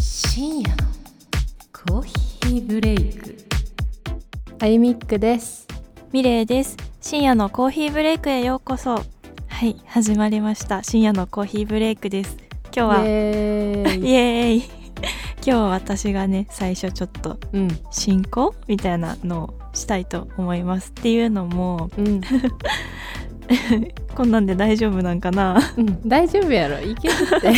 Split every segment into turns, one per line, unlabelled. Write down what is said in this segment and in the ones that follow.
深夜のコーヒーブレイク
あゆみっくです
ミレイです深夜のコーヒーブレイクへようこそはい始まりました深夜のコーヒーブレイクです今日は
イ
イ
エ
エ
ーイ
ーイ 今日は私がね最初ちょっと
うん
進行みたいなのをしたいと思いますっていうのも
うん、
こんなんで大丈夫なんかな
うん、大丈夫やろいけるって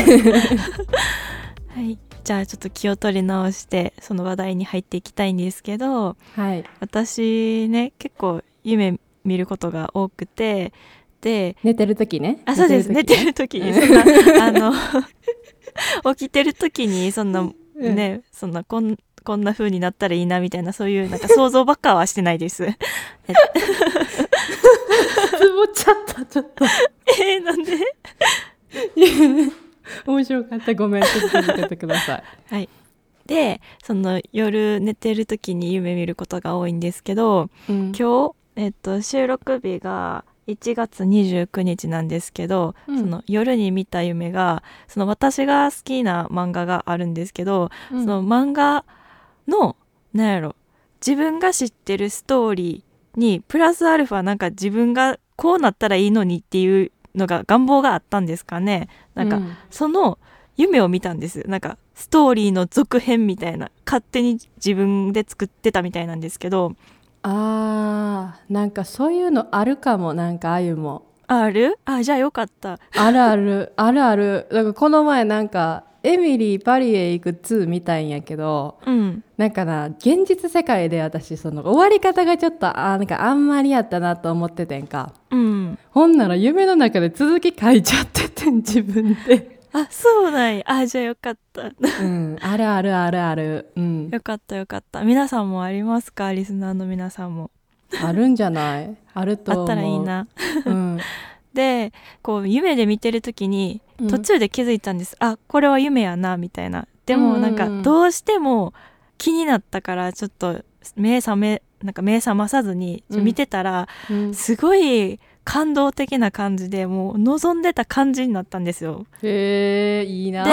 はいじゃあちょっと気を取り直してその話題に入っていきたいんですけど
はい
私ね結構夢見ることが多くてで
寝てる時ね
あそうです寝てる時にそんなあの 起きてる時にそんな
うん
ね、そんなこんこんな風になったらいいなみたいなそういうなんか想像ばっかはしてないです。 え
つぼっちゃったちょっ
ーなんで
と面白かったごめんちょっと続けてください
はいでその夜寝てる時に夢見ることが多いんですけど
うん
今日、えっと、収録日が1月29日なんですけど、
うん
その夜に見た夢がその私が好きな漫画があるんですけど、
うん
その漫画のなんやろ自分が知ってるストーリーにプラスアルファなんか自分がこうなったらいいのにっていうのが願望があったんですかねなんか、
うん
その夢を見たんですなんかストーリーの続編みたいな勝手に自分で作ってたみたいなんですけど
あーなんかそういうのあるかもなんかあゆも
あるあじゃあよかった
あるあるあるあるなんかこの前なんかエミリーパリへ行く2見たんやけど
うん
なんかな現実世界で私その終わり方がちょっとあーなんかあんまりやったなと思っててんか
うん
ほんなら夢の中で続き書いちゃっててん自分で
あそうなんやあじゃあよかった
うんあるあるあるあるうん
よかったよかった皆さんもありますかリスナーの皆さんも
あるんじゃないあると思
あ
う
ったらいい、な
うん、
でこう夢で見てる時に
うん
途中で気づいたんです、あこれは夢やなみたいなで
う
も
んうん
な
うん
んかどうしても気になったからちょっと目覚めなんか目覚まさずに
うん
見てたら、
うん
すごい感動的な感じでもう望んでた感じになったんですよ。
へえいいな
で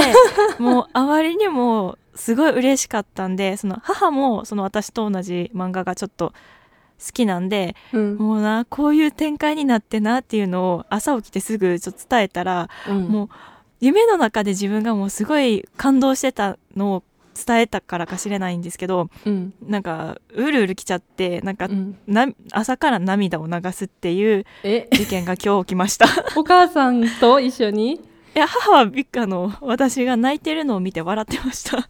もうあまりにもすごい嬉しかったんでその母もその私と同じ漫画がちょっと好きなんで
うん
もうなこういう展開になってなっていうのを朝起きてすぐちょっと伝えたら、
うん
もう夢の中で自分がもうすごい感動してたのを伝えたからかしれないんですけど
うん
なんかうるうる来ちゃってなんか、
うん
な朝から涙を流すっていう
え
事件が今日起きましたい
お母さんと一緒に
や母はビッカの私が泣いてるのを見て笑ってました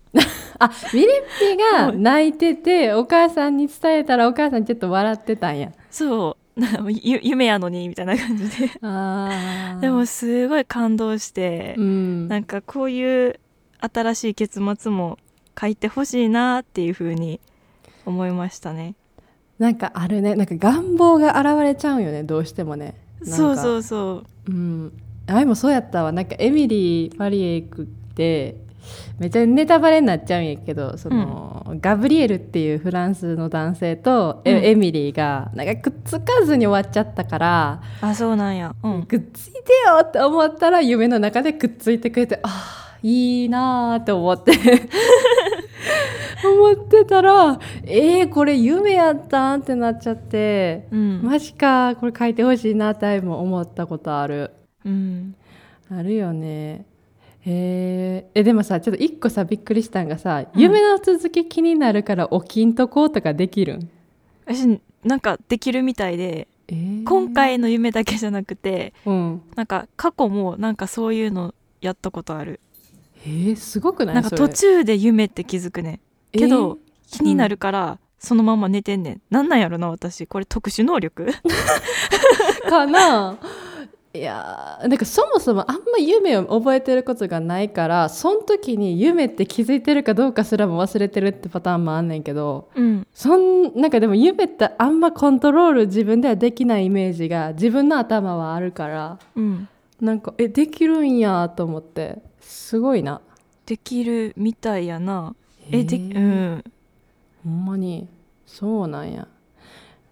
あミリッピが泣いててお母さんに伝えたらお母さんちょっと笑ってたんや
そうなゆ 夢やのにみたいな感じで
あー
でもすごい感動して
う、ん
なんかこういう新しい結末も書いてほしいなっていう風に思いましたね。
なんかあるねなんか願望が現れちゃうよねどうしてもね
そう
う
そうそう。
うん、あいもそうやったわなんかエミリー・パリへ行くってめっちゃネタバレになっちゃうんやけどその、ガブリエルっていうフランスの男性とエ,、
うん
ミリーがなんかくっつかずに終わっちゃったから、
あ、そうなんや。うん。
くっついてよって思ったら夢の中でくっついてくれてああいいなあって思って 思ってたらえー、これ夢やったんってなっちゃって。
うん。
マジかこれ書いてほしいなってあいも思ったことある。
うん。
あるよねへーえでもさちょっと一個さびっくりしたんがさ、
うん
夢の続き気になるから起きんとこうとかできるん、
私なんかできるみたいで、
えー
今、回の夢だけじゃなくて、
うん、
なんか過去もなんかそういうのやったことある。
えー、すごくない
なんか途
そ
中で夢って気づくね。
れ
けど、
え
気になるから。そのまま寝てんねん。なんなんやろな、私。これ特殊能力
ーかないやーなんかそもそもあんま夢を覚えてることがないからその時に夢って気づいてるかどうかすらも忘れてるってパターンもあんねんけど
うん。
そんなんかでも夢ってあんまコントロール自分ではできないイメージが自分の頭はあるから
うん。
なんかえできるんやと思ってすごいな
できるみたいやな。え、で、う
へー
ん。
ほんまにそうなんや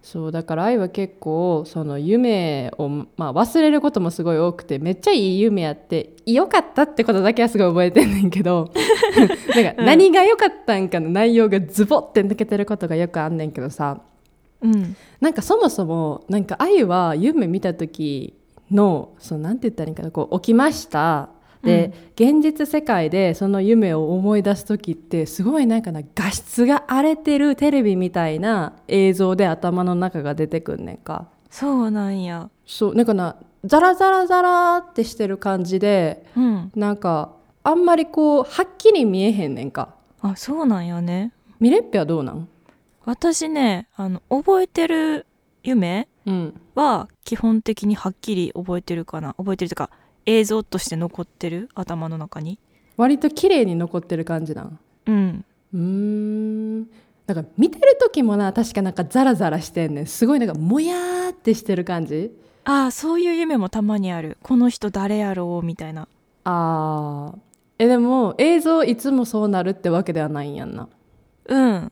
そうだから愛は結構その夢を、まあ、忘れることもすごい多くてめっちゃいい夢やって良かったってことだけはすごい覚えてんねんけどなんか
うん
何が良かったんかの内容がズボって抜けてることがよくあんねんけどさ
うん
なんかそもそもなんか愛は夢見た時のそのなんて言ったらいいんかなこう起きましたで、現実世界でその夢を思い出す時ってすごいなんかな画質が荒れてるテレビみたいな映像で頭の中が出てくんねんか
そうなんや
そうなんかなザラザラザラってしてる感じで
うん
なんかあんまりこうはっきり見えへんねんか
あそうなんやね
ミレッピはどうなん
私ねあの覚えてる夢
うん
は基本的にはっきり覚えてるかな覚えてるというか映像として残ってる頭の中に
割と綺麗に残ってる感じなん
うん
うーんなんか見てる時もな確かなんかザラザラしてんねんすごいなんかもやーってしてる感じ
ああそういう夢もたまにあるこの人誰やろうみたいな
あーえでも映像いつもそうなるってわけではないんやんな
うん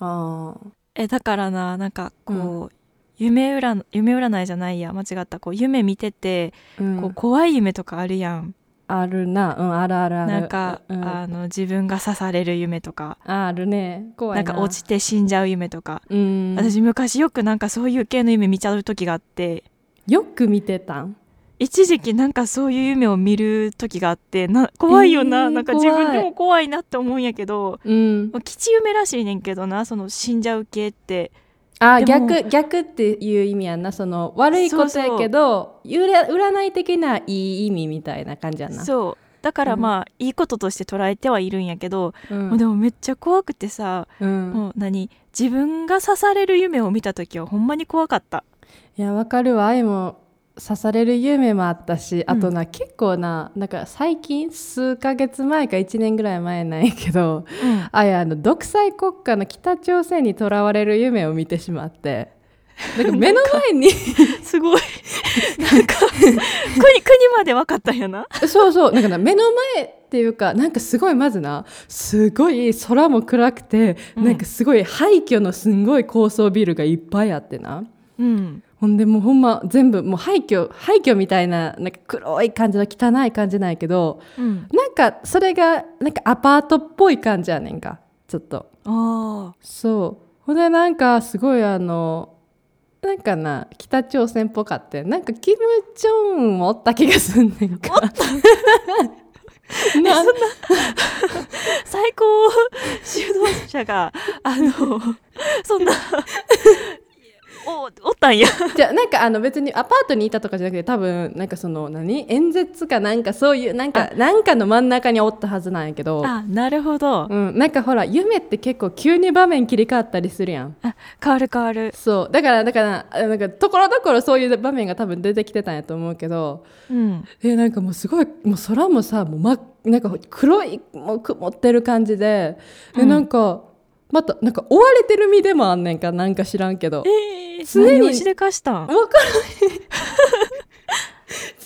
あー
えだからななんかこう、夢占夢占いじゃないや間違ったこう夢見てて、
うん
こう怖い夢とかあるやん
あるなうんあるあるある
なんか、
うん、
あ
あ
の自分が刺される夢とか
るね怖
ないん
な
か落ちて死んじゃう夢とか、
うん
私昔よくなんかそういう系の夢見ちゃう時があって
よく見てたん
一時期なんかそういう夢を見る時があってな怖いよな、
えー
なんか自
怖い
分でも怖いなって思うんやけど
うん
まあ吉夢らしいねんけどなその死んじゃう系って
あ
でも
逆逆っていう意味やんなその悪いことやけどゆら占い的ないい意味みたいな感じやんな
そうだから
うん
まあ、いいこととして捉えてはいるんやけど、
う
もうんでもめっちゃ怖くてさ、
うん
もう何自分が刺される夢を見た時はほんまに怖かった
いやわかるわ愛も刺される夢もあったし
う
あ
ん
とな、結構ななんか最近数ヶ月前か1年ぐらい前なんやけど
うん
あいやあの独裁国家の北朝鮮にとらわれる夢を見てしまって なんか目の前に
すごい なんか国国まで分かったんやな
そうそうなんかな目の前っていうかなんかすごいまずなすごい空も暗くて、
うん
なんかすごい廃墟のすんごい高層ビルがいっぱいあってな。
うん
ほんでもうほんま全部もう廃墟廃墟みたいななんか黒い感じの汚い感じなんやけど
うん
なんかそれがなんかアパートっぽい感じやねんかちょっと
あ
そうほんでなんかすごいあのなんかな北朝鮮っぽかってなんかキム・ジョンウンもおった気がすんねん かおったな
あ最高指導者があのそんなおおったんや
じゃあなんかあの別にアパートにいたとかじゃなくて多分なんかその何演説かなんかそういうなんかなんかの真ん中におったはずなんやけど
あなるほど、
うん、なんかほら夢って結構急に場面切り替わったりするやん
あ変わる変わる
そうだからだからあなんかところどころそういう場面が多分出てきてたんやと思うけど
うん
えなんかもうすごいもう空もさもう、ま、なんか黒いもう曇ってる感じでで、
うん
なんかまたなんか追われてる身でもあんねんかなんか知らんけど
ええ
常に
何をしでかしたん
分からへん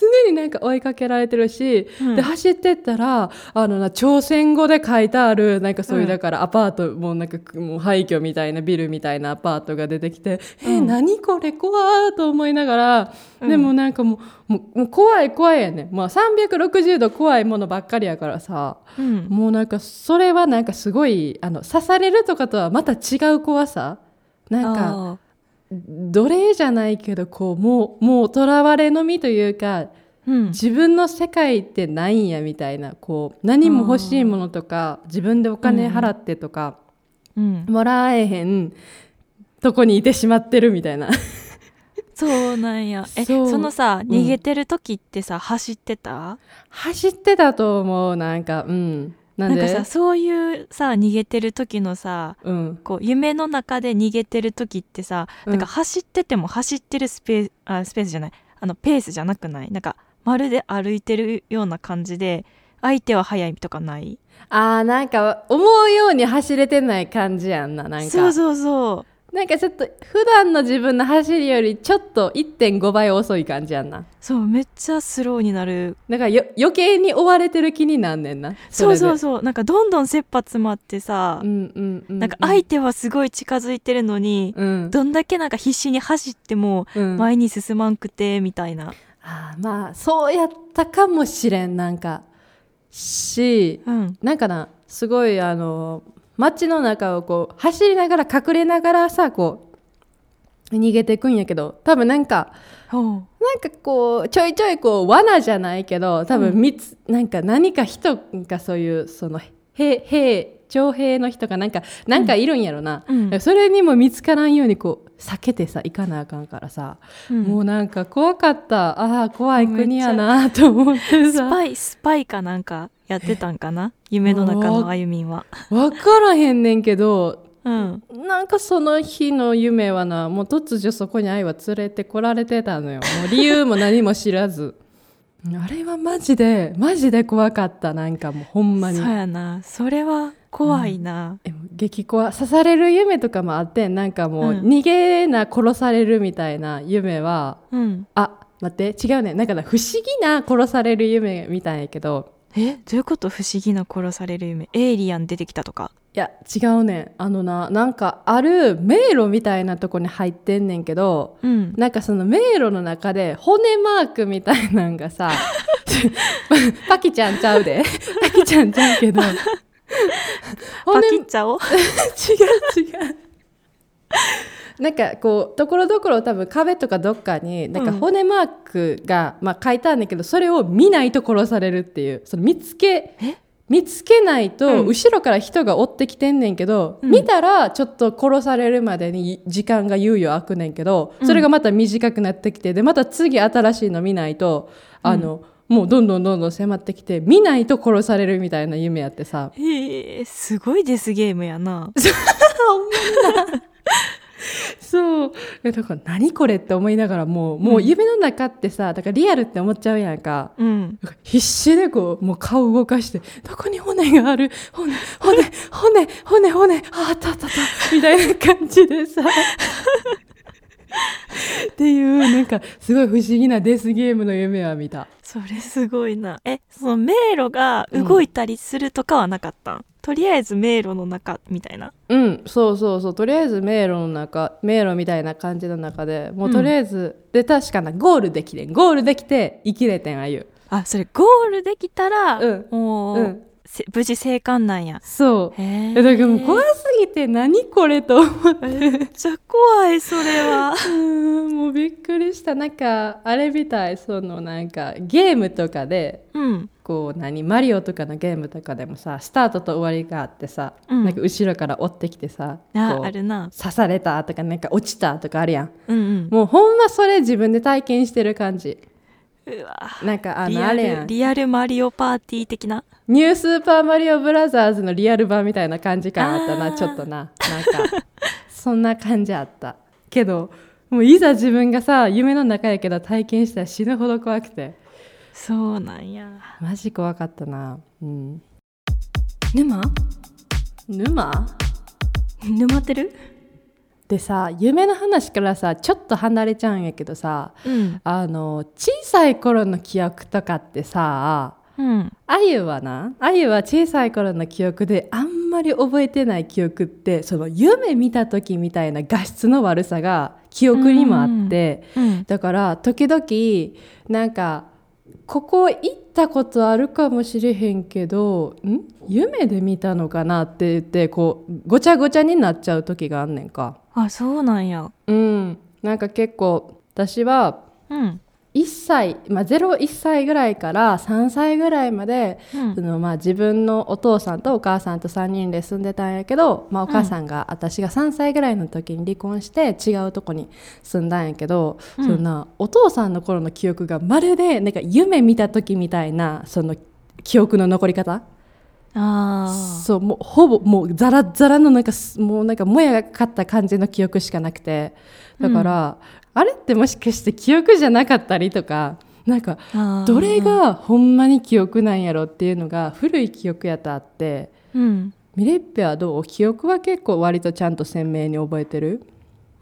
常になんか追いかけられてるし、
うん
で走ってったらあのな朝鮮語で書いてあるなんかそういう、
うん
だからアパートもうなんかもう廃墟みたいなビルみたいなアパートが出てきて、
うん
え何これ怖ーと思いながら、
うん
でもなんかもうもうもう怖い怖いやねん、まあ、360度怖いものばっかりやからさ
うん
もうなんかそれはなんかすごいあの刺されるとかとはまた違う怖さなんか。
あ
奴隷じゃないけどこうもうもう囚われのみというか
ーうん
自分の世界ってないんやみたいなこう何も欲しいものとか自分でお金払ってとか、
うん
もらえへんとこにいてしまってるみたいな
そうなんやえ
そ
そうのさ
ん
逃げてる時ってさ、走ってた
走ってたと思うなんかうんなん
なん
で
かさそういうさ逃げてる時のさ
うん、
こう夢の中で逃げてる時ってさ、
うん
なんか走ってても走ってるスペースあスペースじゃないあのペースじゃなくないなんかまるで歩いてるような感じで相手は速いとかない
あーなんか思うように走れてない感じやんななんか
そうそうそ
なんかちょっと普段の自分の走りよりちょっと1.5倍遅い感じやんな
そうめっちゃスローになる
だからよ余計に追われてる気になんねんな
そう
れで
そうそうなんかどんどん切羽詰まってさ、
うんうんうん、
なんか相手はすごい近づいてるのに、
うん、
どんだけなんか必死に走っても
うん
前に進まんくてみたいな、
あーまあそうやったかもしれんなんかし
うん、
なんかなすごいあの街の中をこう走りながら隠れながらさこう逃げていくんやけど多分なんか
ほう
なんかこうちょいちょいこう罠じゃないけど多
う
分
ん
みつ、なんか何か人がそういうその兵兵徴兵の人がなんかなんかいるんやろな、
うん
それにも見つからんようにこう避けてさ行かなあかんからさ、
うん
もうなんか怖かったああ怖い
めっちゃ
国やなと思って
ス
さ
パイスパイかなんかやってたんかな 夢の中のあゆみんは。
分からへんねんけど
うん、
なんかその日の夢はなもう突如そこに愛は連れてこられてたのよもう理由も何も知らず あれはマジでマジで怖かったなんかもうほんまに
そうやなそれは怖いな、
えもう激怖刺される夢とかもあってんなんかもう
うん
逃げな殺されるみたいな夢は、
うん
あ待って違うねなんかな不思議な殺される夢みたいやけど
えどういうこと不思議な殺される夢エイリアン出てきたとか
いや違うねあのななんかある迷路みたいなとこに入ってんねんけど
うん
なんかその迷路の中で骨マークみたいなんがさパキちゃんちゃうでパキちゃんちゃうけど
パ
骨
キッチャ を
違う違う なんかこうところどころ多分壁とかどっかになんか
うん
骨マークが、まあ、書いてあるんだけどそれを見ないと殺されるっていうその見つけ
え
見つけないと
うん
後ろから人が追ってきてんねんけど、
うん
見たらちょっと殺されるまでに時間が猶予空くねんけどそれがまた短くなってきてでまた次新しいの見ないとあの、もうどんどんどんどん迫ってきて見ないと殺されるみたいな夢やってさ。
えー、すごいデスゲームやな
そうえだから何これって思いながらもうもう夢の中ってさだからリアルって思っちゃうやんか。
うん
なんか必死でこう、もう顔動かして、どこに骨がある骨、骨、骨、骨、骨、あ、あったあったあった、みたいな感じでさ。っていう、なんか、すごい不思議なデスゲームの夢は見た。
それすごいなえその迷路が動いたりするとかはなかったん、とりあえず迷路の中みたいな
うん、そうそうそう、とりあえず迷路の中、迷路みたいな感じの中で、もうとりあえず、で、確かな、ゴールできてん、ゴールできて、生きれてん、ああいう。
あそれゴールできたら、
うん
もう、
うん
せ無事生還なんや
そう。
へ
え
え
だからもう怖すぎて、何これと思って。
めっちゃ怖いそれは
うーんもうびっくりしたなんかあれみたいそのなんかゲームとかで
うん
こう何マリオとかのゲームとかでもさスタートと終わりがあってさ、
うん
なんか後ろから追ってきてさ
あ
こう
あるな
刺されたとかなんか落ちたとかあるやん
うんうん
もうほんまそれ自分で体験してる感じ
うわ
なんかあ
リ
の
ア
あれや
ル
ん
リアルマリオパーティー的な
ニュースーパーマリオブラザーズのリアル版みたいな感じ感あった
あ
な
ー
ちょっとななんかそんな感じあったけどもういざ自分がさ夢の中やけど体験したら死ぬほど怖くて
そうなんや
マジ怖かったなうん
沼
沼
沼ってる
でさ夢の話からさちょっと離れちゃうんやけどさ
うん
あの小さい頃の記憶とかってさ
うん
あゆはなあゆは小さい頃の記憶であんまり覚えてない記憶ってその夢見た時みたいな画質の悪さが記憶にもあって
うん
だから時々なんかここ行ったことあるかもしれへんけどん夢で見たのかなって言ってこうごちゃごちゃになっちゃう時があんねんか。
あそうなんや
うん、なんか結構私は
うん
1歳、まあ、01歳ぐらいから3歳ぐらいまで
う
そ
ん
のまあ自分のお父さんとお母さんと3人で住んでたんやけど、まあ、お母さんが私が3歳ぐらいの時に離婚して違うとこに住んだんやけど、
うん
そんなお父さんの頃の記憶がまるでなんか夢見た時みたいなその記憶の残り方
あ
そうもうほぼもうザラッザラのなんかすもうなんかもやがかった感じの記憶しかなくてだから、あれってもしかして記憶じゃなかったりとかなんか
ーあー
どれがほんまに記憶なんやろっていうのが古い記憶やとあって
うん
ミレッペはどう記憶は結構割とちゃんと鮮明に覚えてる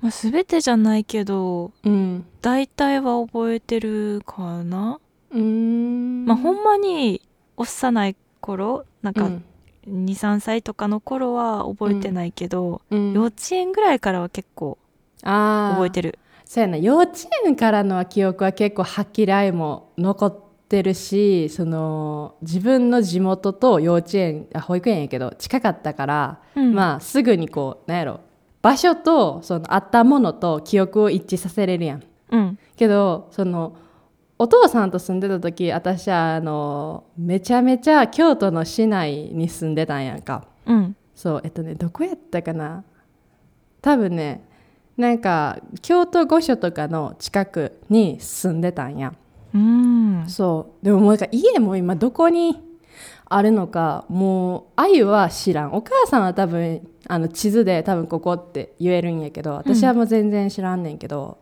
まあ、全てじゃないけど
うん
大体は覚えてるかな、
うーん
まあほんまに幼い頃なん
う
か
ん
23歳とかの頃は覚えてないけど、
うん
幼稚園ぐらいからは結構
あ
覚え
る
てる
そうやな幼稚園からの記憶は結構はっきりあいも残ってるしその自分の地元と幼稚園あ保育園やけど近かったから、
あ
まあすぐにこうなんやろ場所とそのあったものと記憶を一致させれるやん。
うん
けどそのお父さんと住んでた時私はあのめちゃめちゃ京都の市内に住んでたんやんか。
うん
そうえっとねどこやったかな多分ねなんか京都御所とかの近くに住んでたんや
うん
そうでももうなんか家も今どこにあるのかもうあゆは知らんお母さんは多分あの地図で多分ここって言えるんやけど私はもう全然知らんねんけど、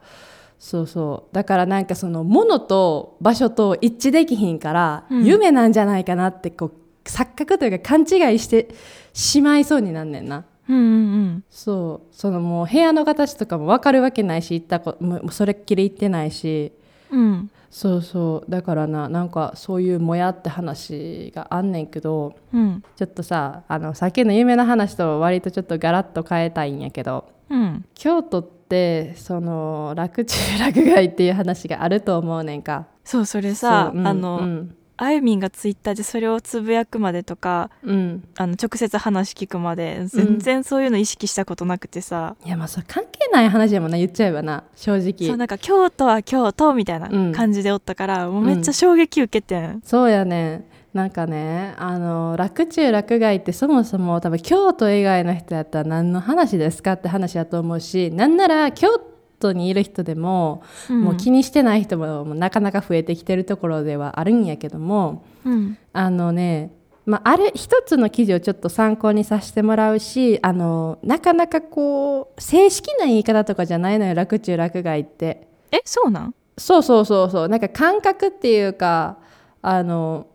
そうそうだからなんかその物と場所と一致できひんから、
うん
夢なんじゃないかなってこう錯覚というか勘違いしてしまいそうになんねんな
うんうん
そうそのもう部屋の形とかも分かるわけないし行ったこもうそれっきり行ってないし
うん
そうそうだからななんかそういうもやって話があんねんけど
うん
ちょっとさあのさっきの夢の話と割とちょっとガラッと変えたいんやけど
うん
京都ってその洛中洛外っていう話があると思うねんか
そうそれさ、
そううん
あの、
うん
あゆみんがツイッターでそれをつぶやくまでとか
うん
あの直接話聞くまで全然そういうの意識したことなくてさ、
いやまあそれ関係ない話やもんな言っちゃえばな正直
そうなんか京都は京都みたいな
うん
感じでおったから、もうめっちゃ衝撃受けてん、
そうやねんなんかねあの洛中洛外ってそもそも多分京都以外の人やったら何の話ですかって話やと思うしなんなら京都にいる人でも、もう気にしてない人ももうなかなか増えてきてるところではあるんやけども
うん
あのねまあ、ある一つの記事をちょっと参考にさせてもらうしあのなかなかこう正式な言い方とかじゃないのよ洛中洛外って。
えそうなん
そうそうそうそうなんか感覚っていうかあの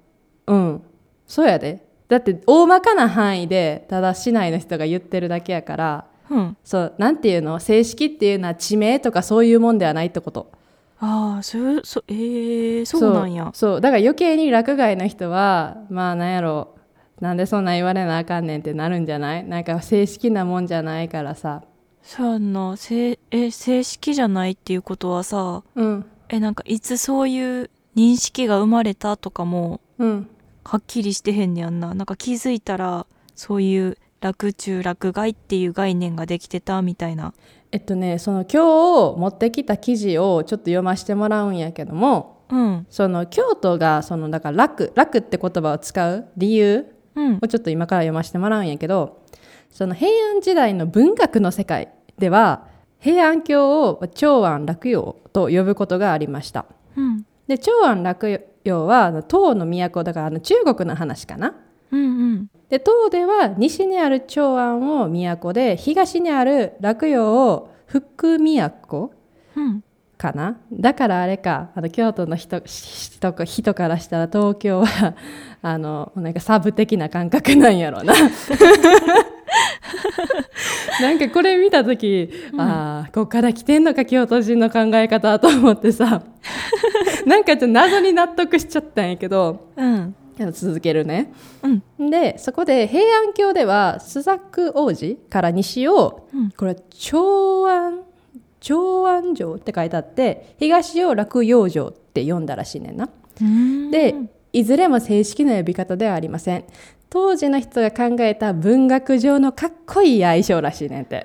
うんそうやでだって大まかな範囲でただ市内の人が言ってるだけやから
うん
そうなんていうの正式っていうのは地名とかそういうもんではないってこと
ああそうそうえー、そうなんや
そうそうだから余計に落外の人はまあなんやろなんでそんな言われなあかんねんってなるんじゃないなんか正式なもんじゃないからさ
そうやんなせえ正式じゃないっていうことはさ
うん
えなんかいつそういう認識が生まれたとかも
うん
はっきりしてへんねやんななんか気づいたらそういう楽中楽外っていう概念ができてたみたいな
えっとねその今日持ってきた記事をちょっと読ませてもらうんやけども
うん
その京都がそのだから楽楽って言葉を使う理由
うん
をちょっと今から読ませてもらうんやけどその平安時代の文学の世界では平安京を長安楽陽と呼ぶことがありました
うん
で長安楽陽はあの唐の都だからあの中国の話かな
うんうん
で唐では西にある長安を都で東にある楽陽を福都
うん
かなだからあれかあの京都の人し人人からしたら東京は あのなんかサブ的な感覚なんやろうな なんかこれ見た時、ああこっから来てんのか京都人の考え方と思ってさ なんかちょっと謎に納得しちゃったんやけど
うん
あの続けるね
うん
でそこで平安京では朱雀王子から西を
うん
これは長安長安城って書いてあって東を落葉城って読んだらしいねんな。
うん
でいずれも正式な呼び方ではありません。当時の人が考えた文学上のかっこいい愛称らしいねん て。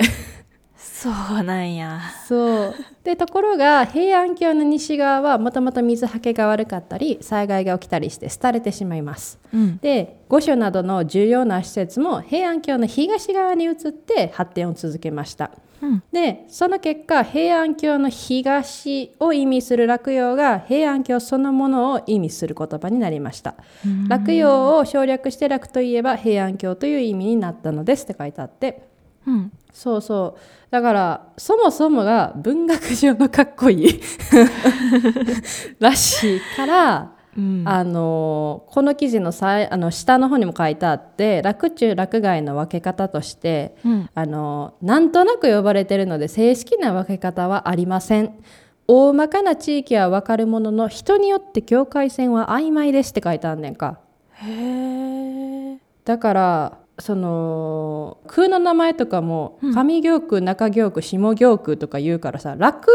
そうなんや
そうでところが平安京の西側はもともと水はけが悪かったり災害が起きたりして廃れてしまいます。
うん
で御所などの重要な施設も平安京の東側に移って発展を続けました
うん
でその結果平安京の東を意味する落葉が平安京そのものを意味する言葉になりました
うん
落葉を省略して楽といえば平安京という意味になったのですって書いてあって
うん
そうそうだからそもそもが文学上のかっこいいらしいから
うん
あのこの記事のさいあの下の方にも書いてあって洛中洛外の分け方として
うん
あのなんとなく呼ばれてるので正式な分け方はありません大まかな地域は分かるものの人によって境界線は曖昧ですって書いてあんねんか
へえ
だからその空の名前とかも
うん
上行区中行区下行区とか言うからさ楽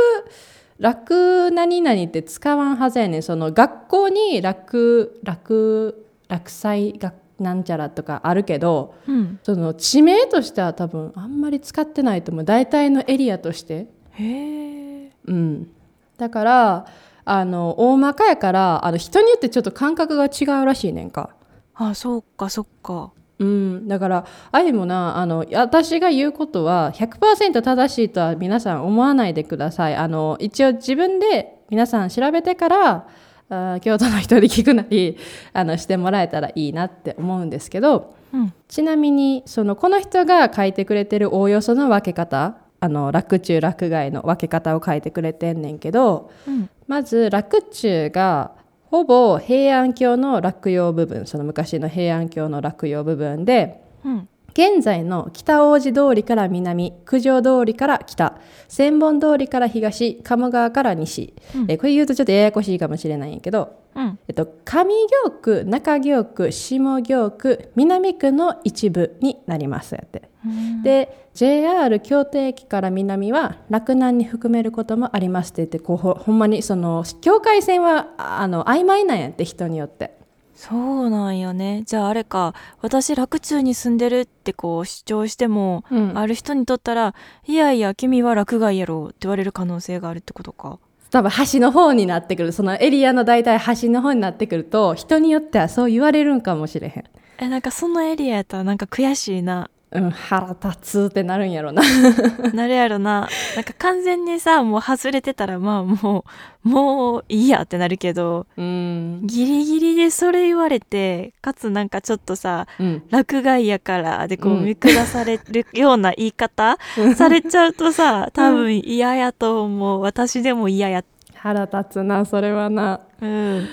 楽何々って使わんはずやねんその学校に楽楽楽祭学なんちゃらとかあるけど
うん
その地名としては多分あんまり使ってないと思う大体のエリアとして
へえ
うん、だからあの大まかやからあの人によってちょっと感覚が違うらしいねんか。
あそうかそうか
うん、だからあゆもなあの私が言うことは100%正しいとは皆さん思わないでくださいあの一応自分で皆さん調べてからあー京都の人に聞くなりあのしてもらえたらいいなって思うんですけど
うん
ちなみにそのこの人が書いてくれてるおおよその分け方あの楽中楽外の分け方を書いてくれてんねんけど
うん
まず洛中がほぼ平安京の洛陽部分その昔の平安京の洛陽部分で
うん
現在の北大路通りから南九条通りから北千本通りから東鴨川から西、
うん
えこれ言うとちょっとややこしいかもしれないんやけど、
うん
えっと、上行区中行区下行区南区の一部になりますやって。
うん
で JR 京都駅から南は洛南に含めることもありますって言ってこうほほんまにその境界線はああの曖昧なんやって人によって
そうなんよねじゃああれか私洛中に住んでるってこう主張しても、
うん
ある人にとったらいやいや君は洛外やろって言われる可能性があるってことか
多分橋の方になってくるそのエリアの大体橋の方になってくると人によってはそう言われるんかもしれへん
えなんかそのエリアやったらなんか悔しいな
うん腹立つってなるんやろな
なるやろななんか完全にさもう外れてたらまあもうもういいやってなるけど
うん
ギリギリでそれ言われてかつなんかちょっとさ
うん
落外やからでこ
う
うん見下されるような言い方、されちゃうとさ多分嫌やと思う私でも嫌や
腹立つなそれはな
うん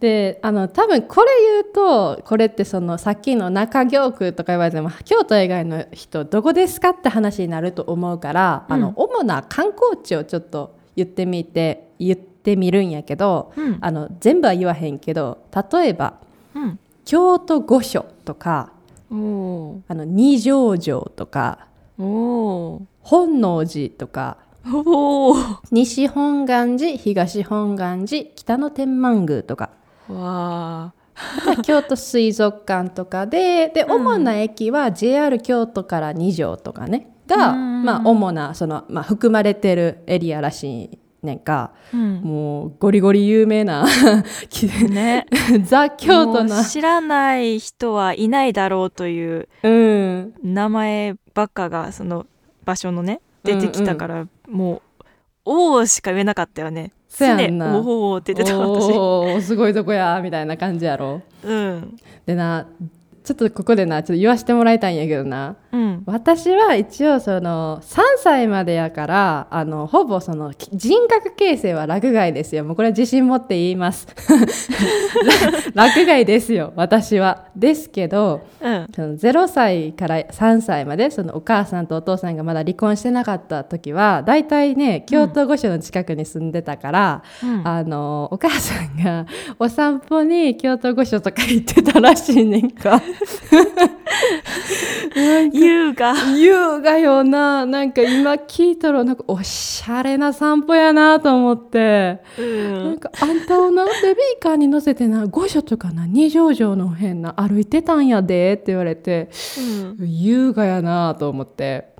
であの多分これ言うとこれってそのさっきの中京区とか言われても京都以外の人どこですかって話になると思うから、あ
うん
の主な観光地をちょっと言ってみて言ってみるんやけど、
うん
あの全部は言わへんけど例えば京都御所とか
お
あの二条城とか
おお
本能寺とか
おお
西本願寺東本願寺北野天満宮とか
わあ
京都水族館とかでで
ん
主な駅は JR 京都から二条とかねが、
うん
まあ、主なその、まあ、含まれてるエリアらしいねんか
うん
もうゴリゴリ有名な
ね
ザ・京都
も
な
う、知らない人はいないだろうという
うん、
名前ばっかがその場所のね出てきたから、もう「おお」しか言えなかったよね。
そやんな
常おお」って出てた私。
おーすごいとこやみたいな感じやろ
うん
でなちょっとここでなちょっと言わせてもらいたいんやけどな
うん
私は一応その3歳までやからあのほぼそのき人格形成は落外ですよもうこれは自信持って言います ら落外ですよ私はですけど
うん
その0歳から3歳までそのお母さんとお父さんがまだ離婚してなかった時は大体ね京都御所の近くに住んでたから、
うん
あのお母さんがお散歩に京都御所とか行ってたらしいねん か。
優雅
優雅よななんか今聞いたらなんかおしゃれな散歩やなと思って、
うん
なんかあんたをなベビーカーに乗せてな御所とかな二条城の辺な歩いてたんやでって言われて
うん
優雅やなと思って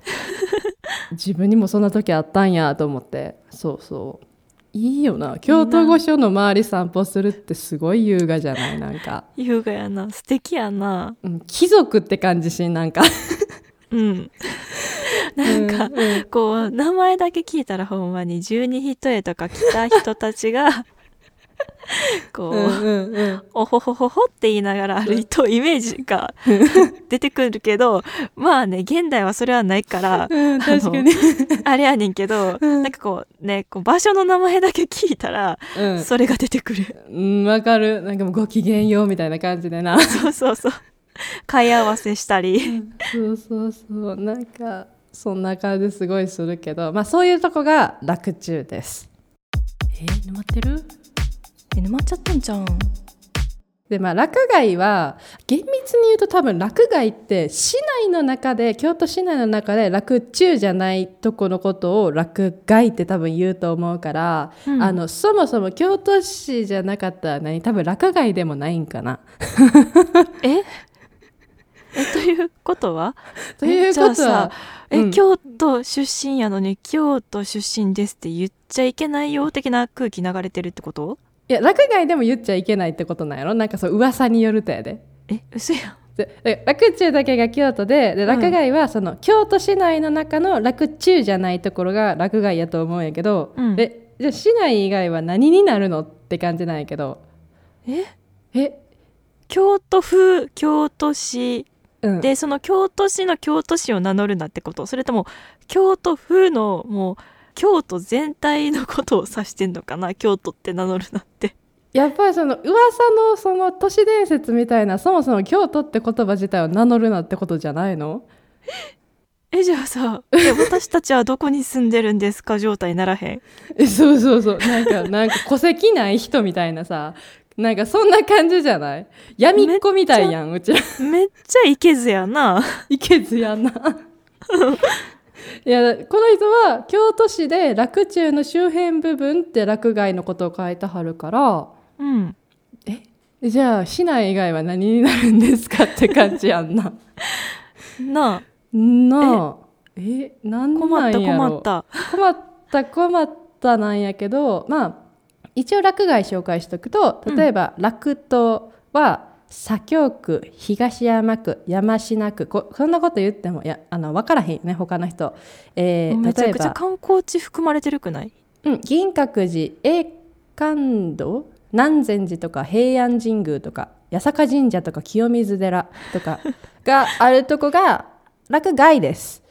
自分にもそんな時あったんやと思ってそうそういいよな京都御所の周り散歩するってすごい優雅じゃないなんか、
優雅やな素敵やな
うん、貴族って感じしなんか
うんなんか、
ううん
こう名前だけ聞いたらほんまに十二人とか来た人たちがこう、
うんうんうん
おほほほほって言いながら歩いとイメージが出てくるけどまあね現代はそれはないから
うん、確かに、
あれやねんけど、
うん
なんかこうねこう場所の名前だけ聞いたら、
うん
それが出てくる
うん、わかるなんかもうご機嫌ようみたいな感じでな
そうそうそう買い合わせしたり
そうそうそうなんかそんな感じすごいするけどまあそういうとこが楽中ですえー、沼ってる
え沼っちゃったんじゃん
でまあ落外は厳密に言うと多分落外って市内の中で京都市内の中で落中じゃないとこのことを落外って多分言うと思うから、
うん
あのそもそも京都市じゃなかったら何多分落外でもないんかな。
え えということは
ということは
えじゃあさえ、
うん
京都出身やのに京都出身ですって言っちゃいけないよ的な空気流れてるってこと
いや落外でも言っちゃいけないってことなんやろなんかそう噂によるとやで。
え嘘やん
でで洛中だけが京都でで
ん
洛外はその、京都市内の中の洛中じゃないところが洛外やと思うんやけど、
うん
でじゃあ市内以外は何になるのって感じなんやけど
え
え、
京都府京都市
うん、
でその京都市の京都市を名乗るなってことそれとも京都府のもう京都全体のことを指してんのかな京都って名乗るなって
やっぱりその噂のその都市伝説みたいなそもそも京都って言葉自体を名乗るなってことじゃないの
えじゃあさえ私たちはどこに住んでるんですか状態ならへん
えそうそうそうなんかなんか戸籍ない人みたいなさなんかそんな感じじゃない闇っ子みたいやんうちら
めっちゃいけずやない
けずやな。いやこの人は京都市で洛中の周辺部分って洛外のことを書いてはるから
うん
じゃあ市内以外は何になるんですかって感じやんな。
な
なあえなん
あ
な
困
ん
った
やろ
困った
困った困ったなんやけどまあ一応落外紹介しとくと例えば落東は左京区東山区山科区こそんなこと言ってもいやあの分からへんよね他の人、え
もうめ
ー、
ち
例
ゃ
え
くちゃ
ば、
観光地含まれてるくない
うん、銀閣寺永観堂南禅寺とか平安神宮とか八坂神社とか清水寺とかがあるとこが落外 です。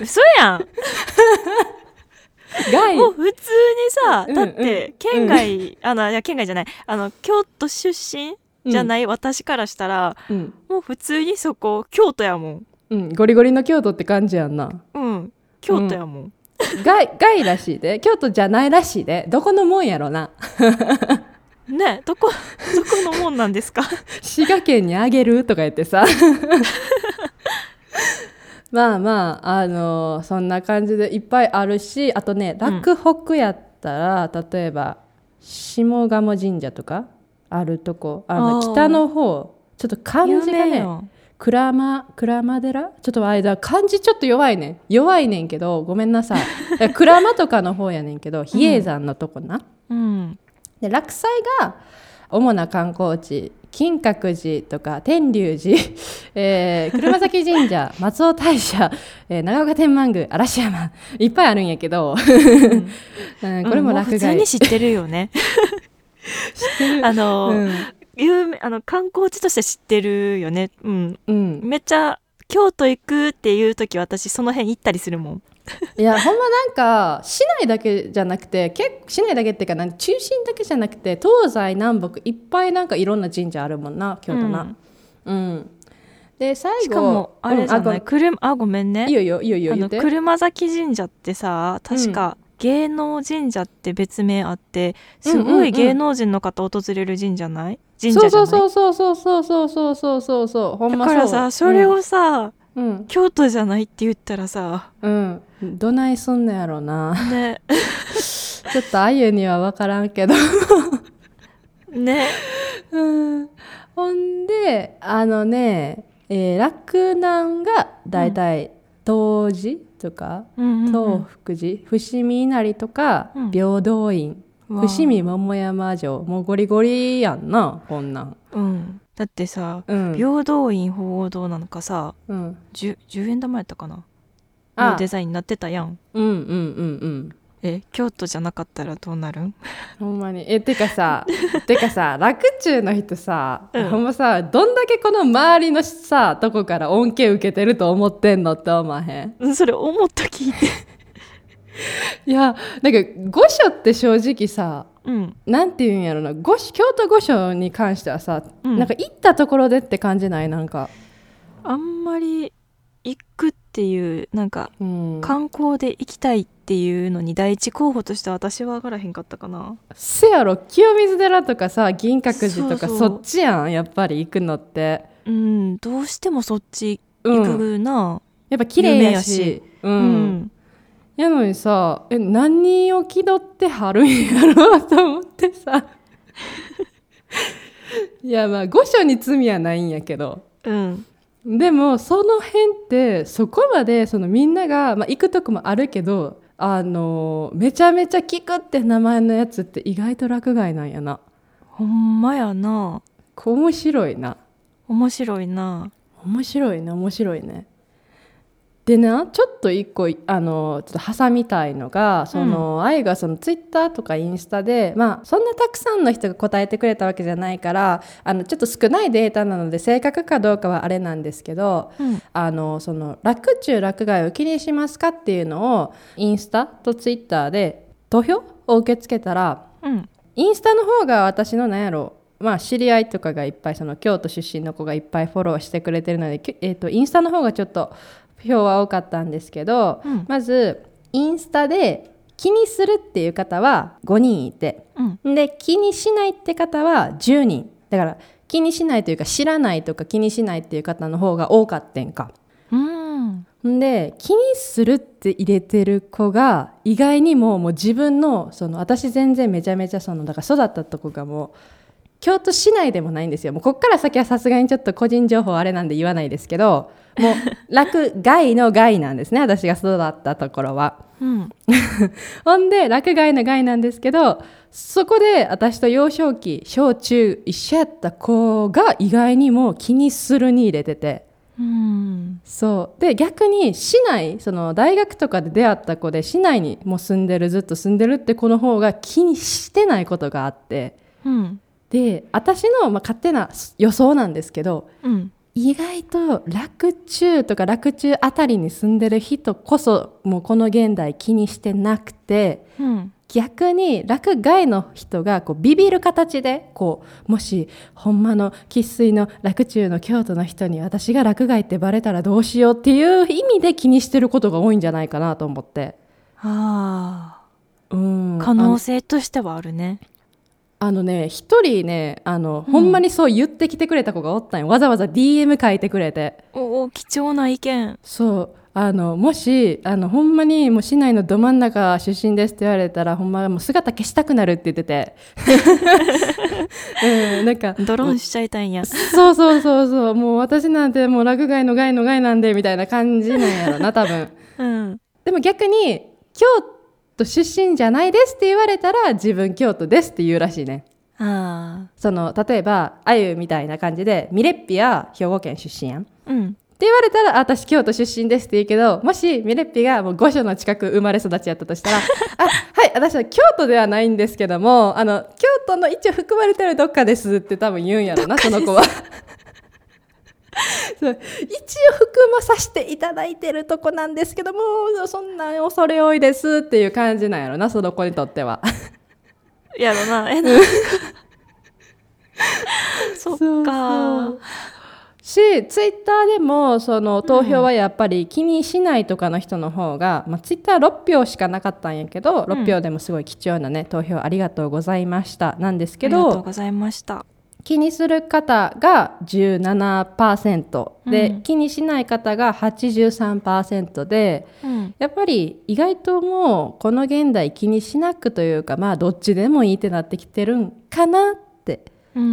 嘘やん
外
もう普通にさ、
うん
だって
うん
県外、あのいや県外じゃないあの京都出身じゃない私からしたら、
うん
もう普通にそこ京都やもん
うん、ゴリゴリの京都って感じやんな。
うん京都やもん、
外外らしいで京都じゃないらしいでどこのもんやろな
ね どこどこのもんなんですか
滋賀県にあげるとか言ってさ まあまああのそんな感じでいっぱいあるしあとね洛北やったら、例えば下鴨神社とかあるとこあの
あー
北の方ちょっと漢字が
有名
ね
よ
鞍馬鞍馬寺ちょっと間漢字ちょっと弱いねん弱いねんけどごめんな さいだから鞍馬とかの方やねんけど比叡山のとこな、
うん
で洛西が主な観光地金閣寺とか天龍寺、 えー、車崎神 社松尾大社、えー長岡天満宮嵐山いっぱいあるんやけど、うんこれも
うんう
落
普通
外、
に知ってるよねあの、
うん
有名あの観光地として知ってるよねうん
うん、
めっちゃ京都行くっていう時私その辺行ったりするもん
いやほんまなんか市内だけじゃなくて結構市内だけっていうかなん中心だけじゃなくて東西南北いっぱいなんかいろんな神社あるもんな京都な、うんで最後
しかもあれじゃ
うん
ない、
ご
車あごめんね
めんいいよいいよいいよいいよ
あ
言
の
って
車崎神社ってさ確か芸能神社って別名あってす
うんうん
ご
うん
い芸能人の方訪れる神社ない神
そ
社
う
じゃ
そう
ない
そうそうそうそうそうそうそうそうほん
だ
ま
からさそれ、をさ
うん
京都じゃないって言ったらさ
うん、うん、どないすんのやろうな
ね
ちょっとあゆには分からんけど
ね
うんほんであのね、えー、洛南がだいたい東寺とか、
うんうんうん
東福寺伏見稲荷とか、
うん
平等院
わあ
伏見桃山城もうゴリゴリやんなこんなん
うんだってさ
うん
平等院鳳凰堂なのかさ
うん
じゅ 10, 円玉やったかな
あ
のデザインになってたやん
うんうんうんうん
え京都じゃなかったらどうなるん
ほんまにえてか さてかさ楽中の人さ、
うん
ほんまさどんだけこの周りのさとこから恩恵受けてると思ってんのって思わへん
うんそれ思った聞 いて
いやなんか御所って正直さ
うん
なんていうんやろな御所京都御所に関してはさ、
うん
なんか行ったところでって感じないなんか、
あんまり行くっていうなんか
うん、
観光で行きたいっていうのに第一候補として私は上がらへんかったかな
せやろ清水寺とかさ銀閣寺とか
そ
そう
そう
っちやんやっぱり行くのって、
うんどうしてもそっち
う
行
ん、
くな
やっぱ綺麗やし
有名やし
う、
うん
やのにさえ何を気取ってはるんやろと思ってさ いやまあ御所に罪はないんやけど
うん
でもその辺ってそこまでそのみんなが、まあ、行くとこもあるけどあのめちゃめちゃ聞くって名前のやつって意外と落外なんやな
ほんまやな
こう面白いな
面白いな
面白いね面白いねでなちょっと一個いあのちょっと挟みたいのがその、愛がそのツイッターとかインスタでまあそんなたくさんの人が答えてくれたわけじゃないからあのちょっと少ないデータなので正確かどうかはあれなんですけど
うん
あのその楽中楽外を気にしますかっていうのをインスタとツイッターで投票を受け付けたら
うん
インスタの方が私のなんやろまあ知り合いとかがいっぱいその京都出身の子がいっぱいフォローしてくれてるので、きえー、とインスタの方がちょっと票は多かったんですけど、
うん
まずインスタで気にするっていう方は5人いて
うん
で気にしないって方は10人だから気にしないというか知らないとか気にしないっていう方の方が多かってんか。
うん
んで気にするって入れてる子が意外にももう自分のその私全然めちゃめちゃそのだから育ったとこがもう京都市内でもないんですよもうこっから先はさすがにちょっと個人情報あれなんで言わないですけどもう楽外の外なんですね私が育ったところは。
うん
ほんで落外の外なんですけどそこで私と幼少期小中一緒やった子が意外にも気にするに入れてて。
うん
そうで逆に市内その大学とかで出会った子で市内にもう住んでるずっと住んでるって子の方が気にしてないことがあって
うん
で私のまあ勝手な予想なんですけど
うん
意外と楽中とか楽中あたりに住んでる人こそもうこの現代気にしてなくて
うん
逆に落外の人がこうビビる形でこうもしほんまの生粋の落中の京都の人に私が落外ってバレたらどうしようっていう意味で気にしてることが多いんじゃないかなと思って。
あ
うん
あ可能性としてはあるね
あのあのね一人ねあの、
うん
ほんまにそう言ってきてくれた子がおったんよわざわざ DM 書いてくれて
おお貴重な意見
そうあのもしあのほんまにもう市内のど真ん中出身ですって言われたらほんまもう姿消したくなるって言ってて、 うん、なんか
ドローンしちゃいたいんや
そうそうそうそうもう私なんてもう落外の外の外なんでみたいな感じなんやろな多分
うん
でも逆に京都出身じゃないですって言われたら自分京都ですって言うらしいね
あ
その例えばあゆみたいな感じでミレッピは兵庫県出身やん
あう
っ
ん
て言われたらあ私京都出身ですって言うけどもしミレッピがもう御所の近く生まれ育ちやったとしたらあはい私は京都ではないんですけどもあの京都の一応含まれてるどっかですって多分言うんやろなその子はそう一応含まさせていただいてるとこなんですけどもそんな恐れ多いですっていう感じなんやろなその子にとっては
やろな。え、そっか。
そうしツイッターでもその投票はやっぱり気にしないとかの人の方が、まあ、ツイッター6票しかなかったんやけど6票でもすごい貴重なね、投票ありがとうございましたなんですけ
ありがとう
ど
ございました。
気にする方が17%で、
うん
気にしない方が83%で
うん。
やっぱり意外ともうこの現代気にしなくというかまあどっちでもいいってなってきてるんかなって
うんう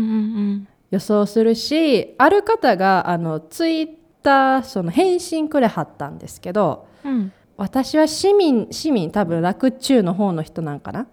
ん
予想するしある方があのツイッターその返信くれはったんですけど
うん。うん。
私は市民市民多分楽中の方の人なんかな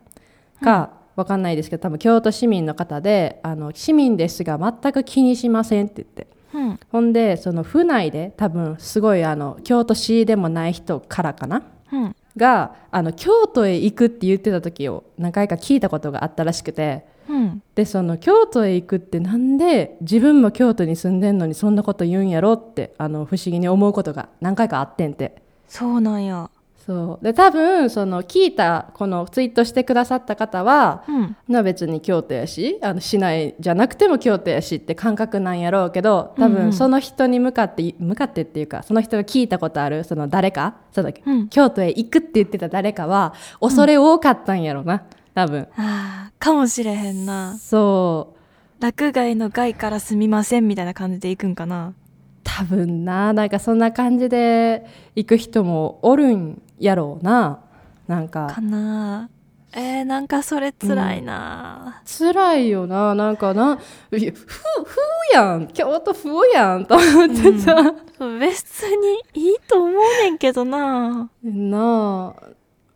か、わかんないですけど多分京都市民の方であの市民ですが全く気にしませんって言って
うん。
ほんでその府内で多分すごいあの京都市でもない人からかな
うん。
があの京都へ行くって言ってた時を何回か聞いたことがあったらしくて
うん
でその京都へ行くってなんで自分も京都に住んでんのにそんなこと言うんやろってあの不思議に思うことが何回かあってんて。
そうなんや
そうで多分その聞いたこのツイートしてくださった方は、
うん
まあ別に京都やしあの市内じゃなくても京都やしって感覚なんやろうけど多
うんうん
分その人に向かって向かってっていうかその人が聞いたことあるその誰かその、
うん
京都へ行くって言ってた誰かは恐れ多かったんやろな、多分
あーかもしれへんな
そう
落外の外からすみませんみたいな感じで行くんかな
多分ななんかそんな感じで行く人もおるんやろうななんか
かなえー、なんかそれ辛いな、
辛いよななんかないやふふやん京都ふやんと思
う
っ
ん
てさ、
そう別にいいと思うねんけどな
なあ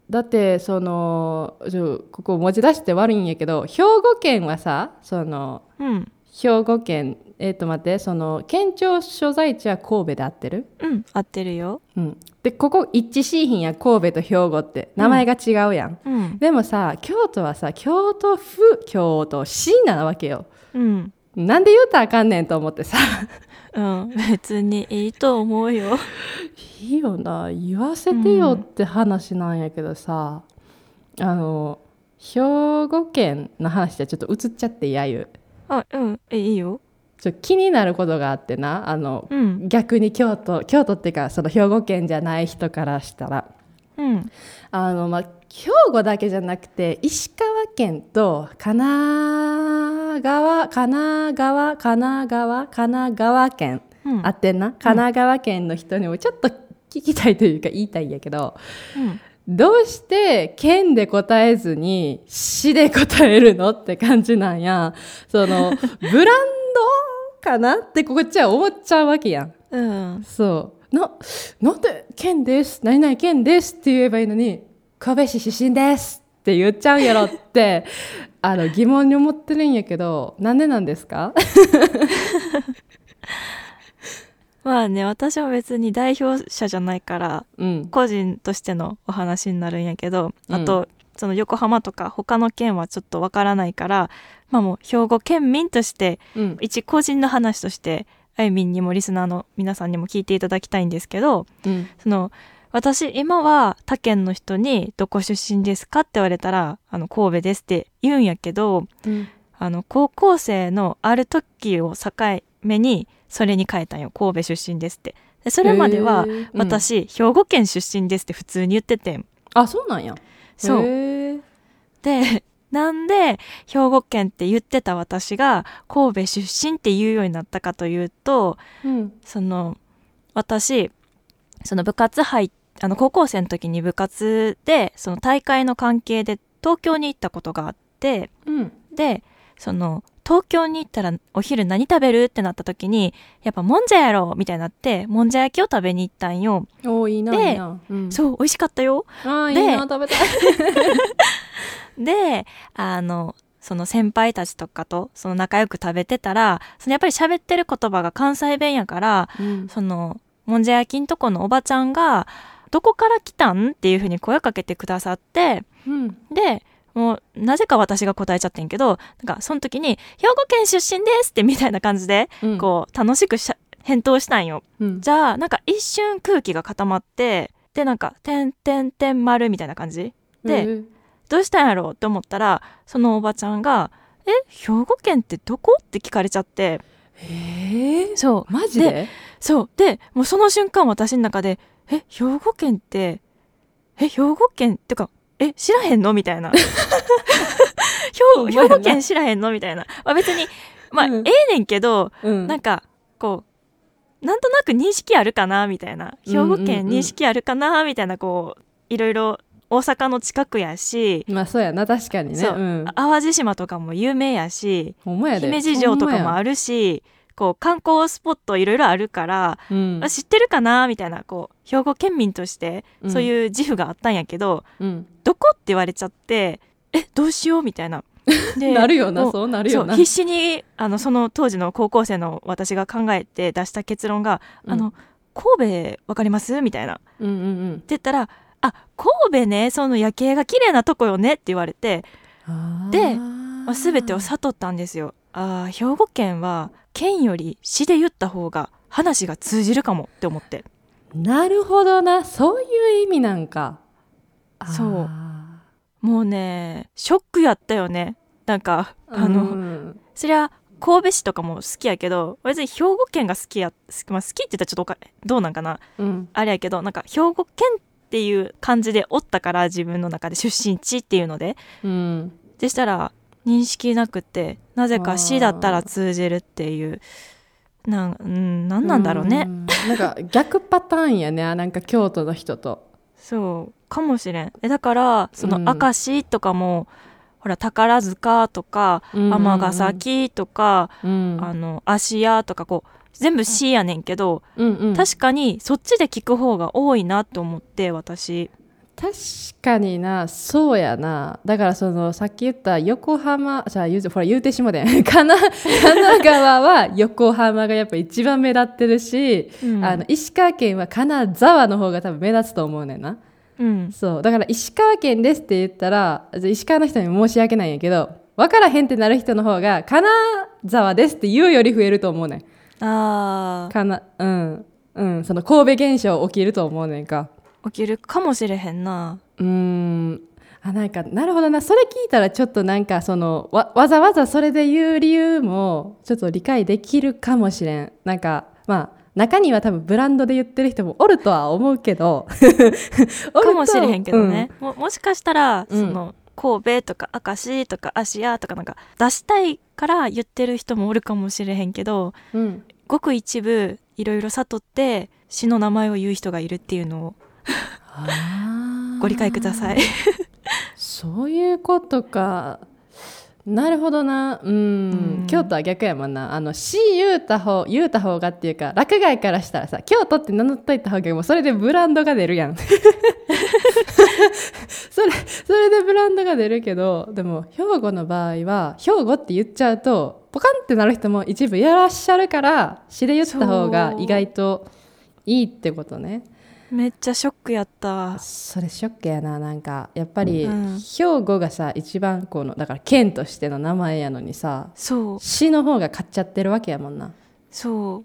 だってそのちょここ持ち出して悪いんやけど兵庫県はさその
うん
兵庫県えっ、と待ってその県庁所在地は神戸で合ってる
うん合ってるよ
うんでここ一致しいひんやん神戸と兵庫って名前が違うやん、
うん
でもさ京都はさ京都府京都市なわけよ
うん
なんで言うたらあかんねんと思ってさ
うん 別にいいと思うよ
いいよな言わせてよって話なんやけどさ、あの兵庫県の話じゃちょっと移っちゃってやゆ
あうんえいいよ
ちょ気になることがあってなあの、
うん
逆に京都京都っていうかその兵庫県じゃない人からしたら
うん
あの、まあ、兵庫だけじゃなくて石川県と神奈川神奈川神奈川神奈川県
うん
あってんな神奈川県の人にもちょっと聞きたいというか言いたいんやけど。
うん
どうして県で答えずに市で答えるのって感じなんや。その、ブランドかなってこっちは思っちゃうわけやん。
うん
そう。な、なんで県です、何々県ですって言えばいいのに、神戸市出身ですって言っちゃうんやろって、 あの、疑問に思ってるんやけど、なんでなんです か
まあね私は別に代表者じゃないから
うん。
個人としてのお話になるんやけど
うん
あと、その横浜とか他の県はちょっとわからないからまあもう兵庫県民として
うん。
一個人の話としてあゆみんにもリスナーの皆さんにも聞いていただきたいんですけど
うん。
その私今は他県の人に「どこ出身ですか?」って言われたら「あの神戸です」って言うんやけど
うん。
あの高校生のある時を境目にそれに変えたんよ神戸出身ですって。でそれまでは
へー、うん
私、兵庫県出身ですって普通に言っててん
あ、そうなんや。
そう
へー
で なんで兵庫県って言ってた私が神戸出身って言うようになったかというと
うん。
その私その部活入っあの高校生の時に部活でその大会の関係で東京に行ったことがあって
うん。
でその東京に行ったらお昼何食べるってなった時にやっぱもんじゃやろみたいになってもんじゃ焼きを食べに行ったんよ、
おーいいな
で
いいな、うん、
そう美味しかったよ
あーい
で
いな食べ たい
であのその先輩たちとかとその仲良く食べてたらそのやっぱり喋ってる言葉が関西弁やから
うん
そのもんじゃ焼きんとこのおばちゃんが「どこから来たん?」っていうふうに声かけてくださって
うん
でもうなぜか私が答えちゃってんけどなんかその時に「兵庫県出身です」ってみたいな感じで
うん
こう楽しくしゃ返答したんよ。
うん
じゃあなんか一瞬空気が固まってでなんか「てんてんてん丸」みたいな感じで
うん
どうしたんやろうって思ったらそのおばちゃんが「え兵庫県ってどこ?」って聞かれちゃって
えー、
そう
マジで
そうでもうその瞬間私の中で「え兵庫県ってえ兵庫県ってかえ知らへんの?」み たいな
ほん
兵
まや
兵
な
庫県知らへんのみたいな、まあ、別にまあ、
うん
ええねんけど
うん
なんかこうなんとなく認識あるかなみたいな兵庫
うんうんう
県
ん
認識あるかなみたいなこういろいろ大阪の近くやし、
まあそうやな確かにね、
そうん淡路島とかも有名やし
ほんまやで
姫路城とかもあ
る
るしこう観光スポットいろいろあるから、
うん
あ知ってるかなみたいなこう兵庫県民として
うん
そういう自負があったんやけど、
うん
どこって言われちゃってえどうしようみ たいな。で
なるよな
もう
そうなるよ
そ
な
う必死にあのその当時の高校生の私が考えて出した結論が「
うん
あの神戸わかります?」みたいな。って
うんうん
言ったらあ神戸ねその夜景が綺麗なとこよねって言われて、でまあ、全てを悟ったんですよあー兵庫県は県より市で言った方が話が通じるかもって思って
なるほどなそういう意味なんか
そう
あ
もうねショックやったよねなんか
ー
あの、
うん
そりゃ神戸市とかも好きやけど別に兵庫県が好きや、好きまあ、好きって言ったらちょっとおかどうなんかな
うん
あれやけどなんか兵庫県っていう感じでおったから自分の中で出身地っていうので
うん
でしたら認識なくてなぜか市だったら通じるっていうなん、うん、なんなんだろうね、
んなんか逆パターンやねなんか京都の人と
そうかもしれんえだからその明石とかも、ほら宝塚とか尼崎とか、
うん
あの芦屋とかこう全部市やねんけど、
うんうん
確かにそっちで聞く方が多いなと思って私
確かになそうやなだからそのさっき言った横浜じゃあ言うてほら言うてしもでん神奈 神奈川は横浜がやっぱ一番目立ってるし、
うん
あの石川県は金沢の方が多分目立つと思うねんな
うん
そうだから石川県ですって言ったらじゃあ石川の人に申し訳ないんやけど分からへんってなる人の方が金沢ですって言うより増えると思うねん
あ
かなうんうんその神戸現象起きると思うねんか
ー起きるかもしれへんな
うーんあなんかなるほどなそれ聞いたらちょっとなんかそのわわざわざそれで言う理由もちょっと理解できるかもしれんなんかまあ中には多分ブランドで言ってる人もおるとは思うけど おると
かもしれへんけどね、ももしかしたら、
うん
その神戸とか明石とか芦屋とかなんか出したいから言ってる人もおるかもしれへんけど
うん、うん
ごく一部いろいろ悟って市の名前を言う人がいるっていうのをご理解ください
そういうことか。なるほどな。うん。
うん
京都は逆やもんな。あの、し言うた方、言うた方がっていうか、落外からしたらさ、京都って名乗っといた方が、もうそれでブランドが出るやん。そ れ、それでブランドが出るけど、でも、兵庫の場合は、兵庫って言っちゃうと、ポカンってなる人も一部いらっしゃるから、詩で言った方が意外といいってことね。
めっちゃショックやった
それショックやななんかやっぱり
うん
兵庫がさ一番このだから県としての名前やのにさ
そう
市の方が買っちゃってるわけやもんな
そう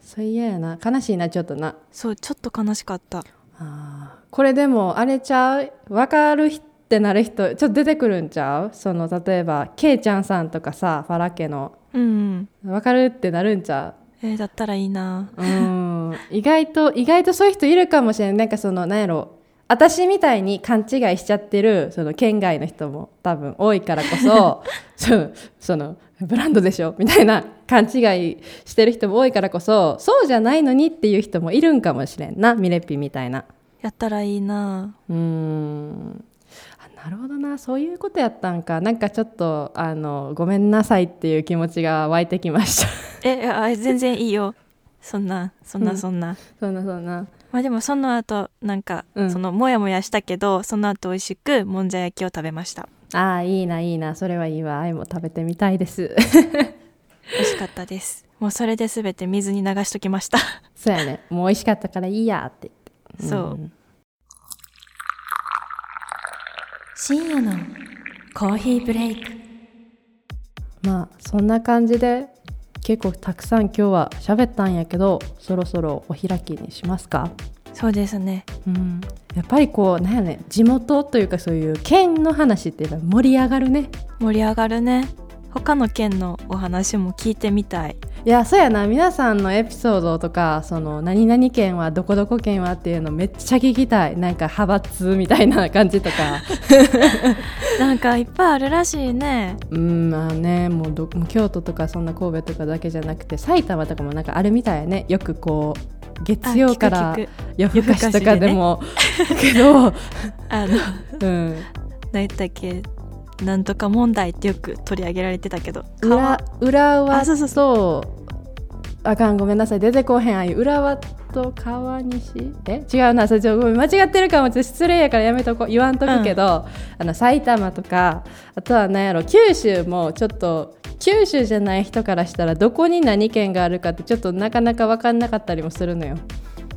それ嫌やな悲しいなちょっとな
そうちょっと悲しかった
あーこれでもあれちゃう分かるってなる人ちょっと出てくるんちゃうその例えばけいちゃんさんとかさファラ家の
うん、
分かるってなるんちゃう
えーだったらいいな
うん意外と意外とそういう人いるかもしれないなんかそのなんやろ私みたいに勘違いしちゃってるその県外の人も多分多いからこそそうそのブランドでしょみたいな勘違いしてる人も多いからこそそうじゃないのにっていう人もいるんかもしれんなミレッピみたいな
やったらいいな
うーんあなるほどなそういうことやったんかなんかちょっとあのごめんなさいっていう気持ちが湧いてきました
えあ全然いいよそんなそん
う
なんそんな、
そんなそんな
まあでもその後なんか、
うん
そのモヤモヤしたけどその後美味しくもんじゃ焼きを食べました
ああいいないいなそれはいいわ愛も食べてみたいです
美味しかったですもうそれで全て水に流しときました
そうやねもう美味しかったからいいやって言って
そうん
深夜のコーヒーブレイク
まあそんな感じで結構たくさん今日は喋ったんやけどそろそろお開きにしますか
そうですね
うんやっぱりこうなんやね地元というかそういう県の話っていうのは盛り上がるね
盛り上がるね他の県のお話も聞いてみたい
いやそうやな皆さんのエピソードとかその何々県はどこどこ県はっていうのめっちゃ聞きたいなんか派閥みたいな感じとか
なんかいっぱいあるらしいね
うんまあねもうどもう京都とかそんな神戸とかだけじゃなくて埼玉とかもなんかあるみたいやねよくこう
あ
月曜か
聞
ら
く聞く
夜更かしとかでも けど、
あの
うん、
何だっけなんとか問題ってよく取り上げられてたけど
裏裏は
あそうそう
あかんごめんなさい出てこうへんああいう浦和と川西え違うなそれちょごめん間違ってるかもちょっと失礼やからやめとこう言わんとくけど、あの埼玉とかあとは何やろ九州もちょっと九州じゃない人からしたらどこに何県があるかってちょっとなかなか分かんなかったりもするのよ。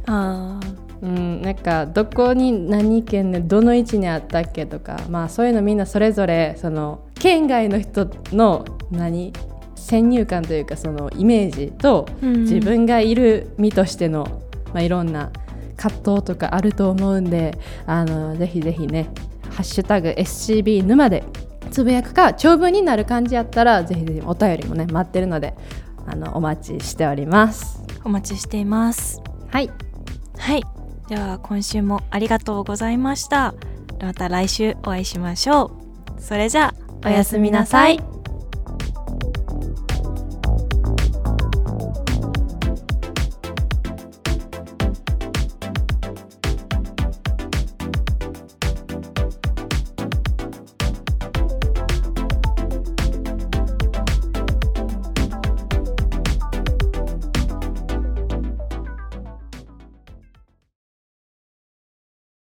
あー
うん、なんかどこに何県でどの位置にあったっけとか、まあ、そういうのみんなそれぞれその県外の人の何先入観というかそのイメージと自分がいる身としての、まあ、いろんな葛藤とかあると思うんであのぜひぜひね「ハッシュタグ #SCB 沼」でつぶやくか長文になる感じやったらぜひぜひお便りもね待ってるのであのお待ちしております。
お待ちしています
はい
はいでは今週もありがとうございましたまた来週お会いしましょうそれじゃあおやすみなさい